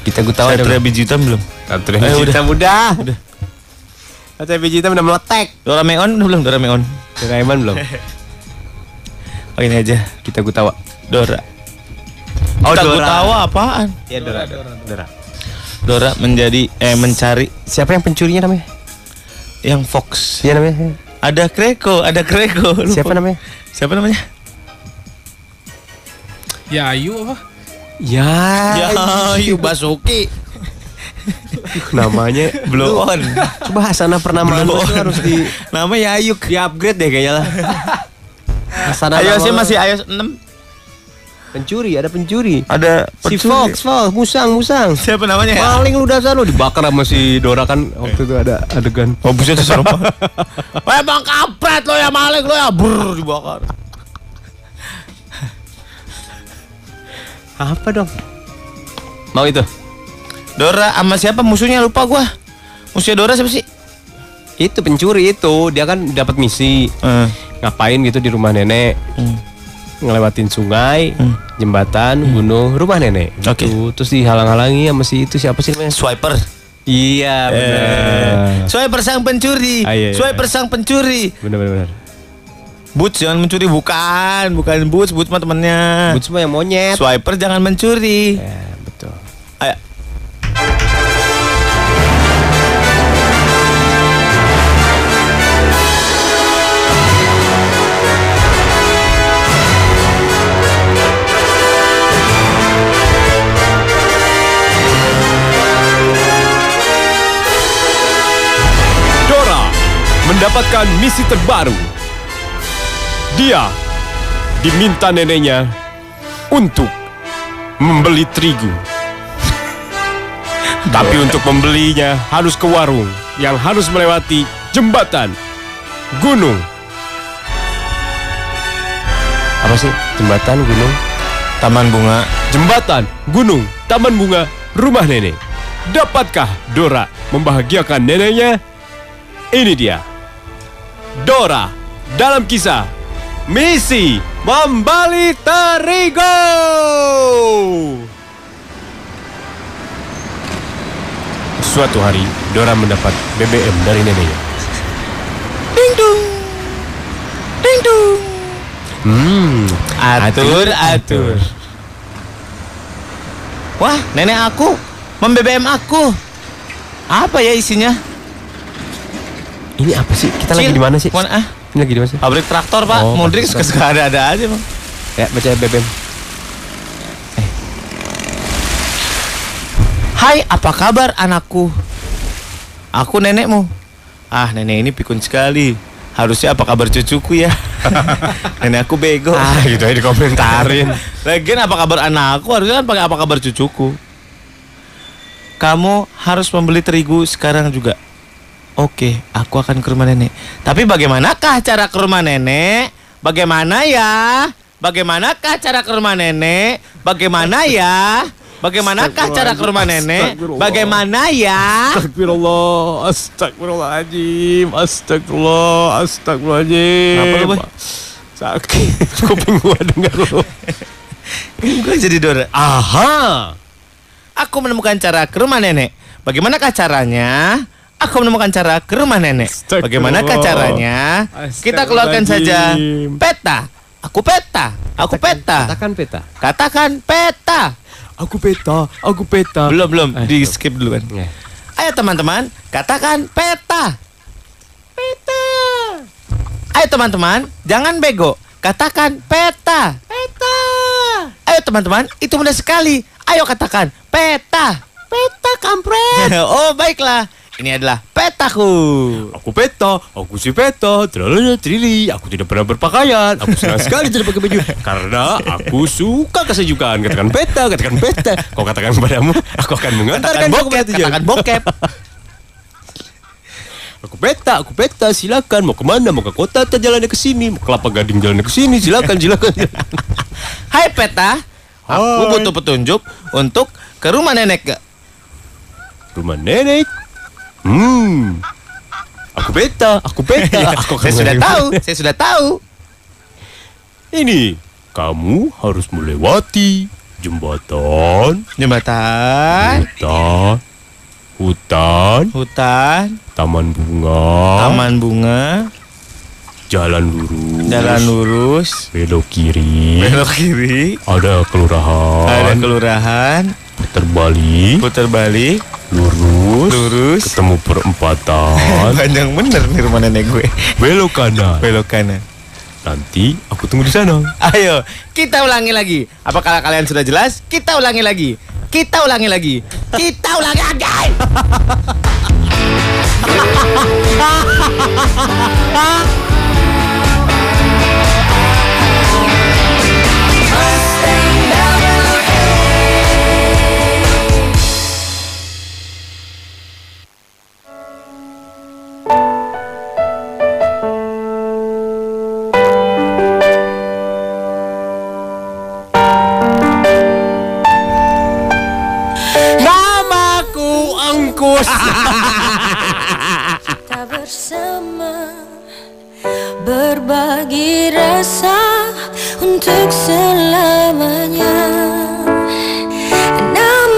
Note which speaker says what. Speaker 1: Kita gue tahu ada
Speaker 2: Satria biji hitam belum?
Speaker 1: Satria
Speaker 2: Eh,
Speaker 1: biji
Speaker 2: udah.
Speaker 1: hitam udah. Satria biji hitam udah meletek.
Speaker 2: Doraemon udah belum? Doraemon.
Speaker 1: Doraemon belum?
Speaker 2: Oh ini aja.
Speaker 1: Kita gue tawa.
Speaker 2: Dora.
Speaker 1: Oh,
Speaker 2: Kita
Speaker 1: Dora.
Speaker 2: tahu apaan?
Speaker 1: Iya Dora, Dora, Dora.
Speaker 2: Dora menjadi eh mencari
Speaker 1: Siapa yang pencurinya namanya?
Speaker 2: yang fox.
Speaker 1: Iya namanya.
Speaker 2: Ada Kreko, ada Kreko. Lupa.
Speaker 1: Siapa namanya?
Speaker 2: Siapa namanya?
Speaker 3: Ya Ayu apa?
Speaker 1: Ya, iya,
Speaker 2: Yayu Basuki.
Speaker 1: namanya
Speaker 2: Blow on.
Speaker 1: Coba Hasanah pernamaan
Speaker 2: Blow
Speaker 1: lu
Speaker 2: on.
Speaker 1: tuh harus di
Speaker 2: Nama ya Yayu.
Speaker 1: di upgrade deh kayaknya lah. Hasanah
Speaker 2: Ayo sih
Speaker 1: nama-
Speaker 2: masih iOS 6.
Speaker 1: pencuri, ada pencuri.
Speaker 2: Ada
Speaker 1: Si
Speaker 2: pencuri.
Speaker 1: Fox, Fox, musang, musang.
Speaker 2: Siapa namanya ya?
Speaker 1: Paling lu dasar lu dibakar sama si Dora kan waktu itu ada adegan.
Speaker 2: Oh buset serem banget. Wah bang kampret lo ya maling lo ya brr dibakar.
Speaker 1: Apa dong? Mau itu?
Speaker 2: Dora sama siapa musuhnya lupa gua. Musuhnya Dora siapa sih?
Speaker 1: Itu pencuri itu, dia kan dapat misi
Speaker 2: Eh.
Speaker 1: ngapain gitu di rumah nenek.
Speaker 2: Hmm.
Speaker 1: Ngelewatin sungai, jembatan, gunung, rumah nenek.
Speaker 2: Oke.
Speaker 1: Gitu. Terus dihalang-halangi sama si itu siapa sih namanya?
Speaker 2: Swiper.
Speaker 1: Iya, benar.
Speaker 2: Swiper sang pencuri.
Speaker 1: Ya. Ah, iya, iya.
Speaker 2: Swiper sang pencuri.
Speaker 1: Benar benar. benar.
Speaker 2: Nah. Boots jangan mencuri bukan, bukan Boots, Boots mah temennya.
Speaker 1: Boots mah yang monyet.
Speaker 2: Swiper jangan mencuri.
Speaker 1: Ya, betul.
Speaker 2: Ayo.
Speaker 4: Dora mendapatkan misi terbaru. Dia diminta neneknya untuk membeli terigu. Tapi untuk membelinya harus ke warung yang harus melewati jembatan, gunung,
Speaker 1: Apa sih? Jembatan, gunung.
Speaker 2: Taman bunga.
Speaker 4: jembatan, gunung, taman bunga, rumah nenek. Dapatkah Dora membahagiakan neneknya? Ini dia. Dora dalam kisah Misi Membalik Terigu. Suatu hari, Dora mendapat BBM dari neneknya. Hmm,
Speaker 2: Atur, atur. Wah, nenek aku mem BBM aku. Apa ya isinya?
Speaker 1: Ini apa sih? Kita lagi
Speaker 2: Cil,
Speaker 1: di mana sih?
Speaker 2: mohon, ah.
Speaker 1: Ini lagi di mana sih?
Speaker 2: Pabrik traktor, Pak.
Speaker 1: Oh,
Speaker 2: Mudrik
Speaker 1: pabrik
Speaker 2: suka-suka ada-ada aja, Bang.
Speaker 1: Ya, baca BBM.
Speaker 2: Hai, apa kabar anakku? Aku nenekmu. Ah, nenek ini pikun sekali. Harusnya apa kabar cucuku ya? nenek aku bego.
Speaker 1: Ah, gitu aja dikomentarin.
Speaker 2: Lagian apa kabar anakku? Harusnya kan pakai apa kabar cucuku. Kamu harus membeli terigu sekarang juga. Oke, aku akan ke rumah nenek. Tapi bagaimanakah cara ke rumah nenek? Bagaimana ya? Bagaimanakah cara ke rumah nenek? Bagaimana ya? Bagaimanakah cara ke rumah nenek? Bagaimana ya?
Speaker 4: Astagfirullah, astagfirullahaladzim, astagfirullah, astagfirullahaladzim.
Speaker 2: Kenapa lu, Boy?
Speaker 4: Sakit, kuping gua dengar lu.
Speaker 2: Gue jadi Dora.
Speaker 4: Aha,
Speaker 2: Aku menemukan cara ke rumah nenek. Bagaimanakah caranya? Aku menemukan cara ke rumah nenek.
Speaker 4: Astagfirullah.
Speaker 2: Bagaimanakah caranya? Kita keluarkan saja
Speaker 4: Astagfirullahaladzim.
Speaker 2: peta. Aku peta. Aku
Speaker 4: Ah.
Speaker 2: peta.
Speaker 1: Katakan peta.
Speaker 2: Katakan peta.
Speaker 1: Aku peta, aku peta. Ya.
Speaker 2: Belum belum.
Speaker 4: Eh,
Speaker 2: Di skip kan. duluan. Ayo teman-teman, katakan peta. Peta. Ayo teman-teman, jangan bego. Katakan peta. Peta. Ayo teman-teman, itu mudah sekali. Ayo katakan peta. Peta kampret. oh, baiklah. Ini adalah petaku.
Speaker 4: aku peta, aku si peta, terlalu trili, Oh, aku tidak pernah berpakaian, aku senang sekali tidak pakai baju, karena aku suka kesejukan, katakan peta, katakan peta, kau katakan kepadamu, aku akan
Speaker 2: Katakan
Speaker 4: mengantarkan kau
Speaker 2: bokep,
Speaker 4: kepada tujuan.
Speaker 2: katakan bokep.
Speaker 4: Aku peta, aku peta, silakan mau kemana, mau ke kota, atau jalannya ke sini, mau ke kelapa gading jalannya ke sini, silakan, silakan.
Speaker 2: Hai peta. Aku
Speaker 4: Hai.
Speaker 2: butuh petunjuk untuk ke rumah nenek.
Speaker 4: Rumah nenek. Hmm. Aku peta, aku
Speaker 1: Ya,
Speaker 4: peta, aku akan
Speaker 2: Saya sudah
Speaker 4: mengantarkan-
Speaker 2: tahu, saya sudah tahu.
Speaker 4: Ini, kamu harus melewati jembatan,
Speaker 2: Jembatan,
Speaker 4: hutan, hutan,
Speaker 2: hutan, Oh.
Speaker 4: taman bunga,
Speaker 2: taman bunga,
Speaker 4: jalan lurus,
Speaker 2: jalan lurus,
Speaker 4: belok kiri,
Speaker 2: belok kiri,
Speaker 4: ada
Speaker 2: ada
Speaker 4: kelurahan,
Speaker 2: kelurahan,
Speaker 4: putar balik,
Speaker 2: putar balik,
Speaker 4: lurus,
Speaker 2: lurus.
Speaker 4: ketemu perempatan,
Speaker 2: Panjang bener nih rumah nenek gue.
Speaker 4: belok kanan.
Speaker 2: Belok kanan.
Speaker 4: Nanti aku tunggu di sana.
Speaker 2: Ayo, kita ulangi lagi. Apakah kalian sudah jelas? Kita ulangi lagi. Kita ulangi lagi. Kita ulangi lagi.
Speaker 4: Namaku Angkus.
Speaker 3: kita bersama berbagi rasa untuk selamanya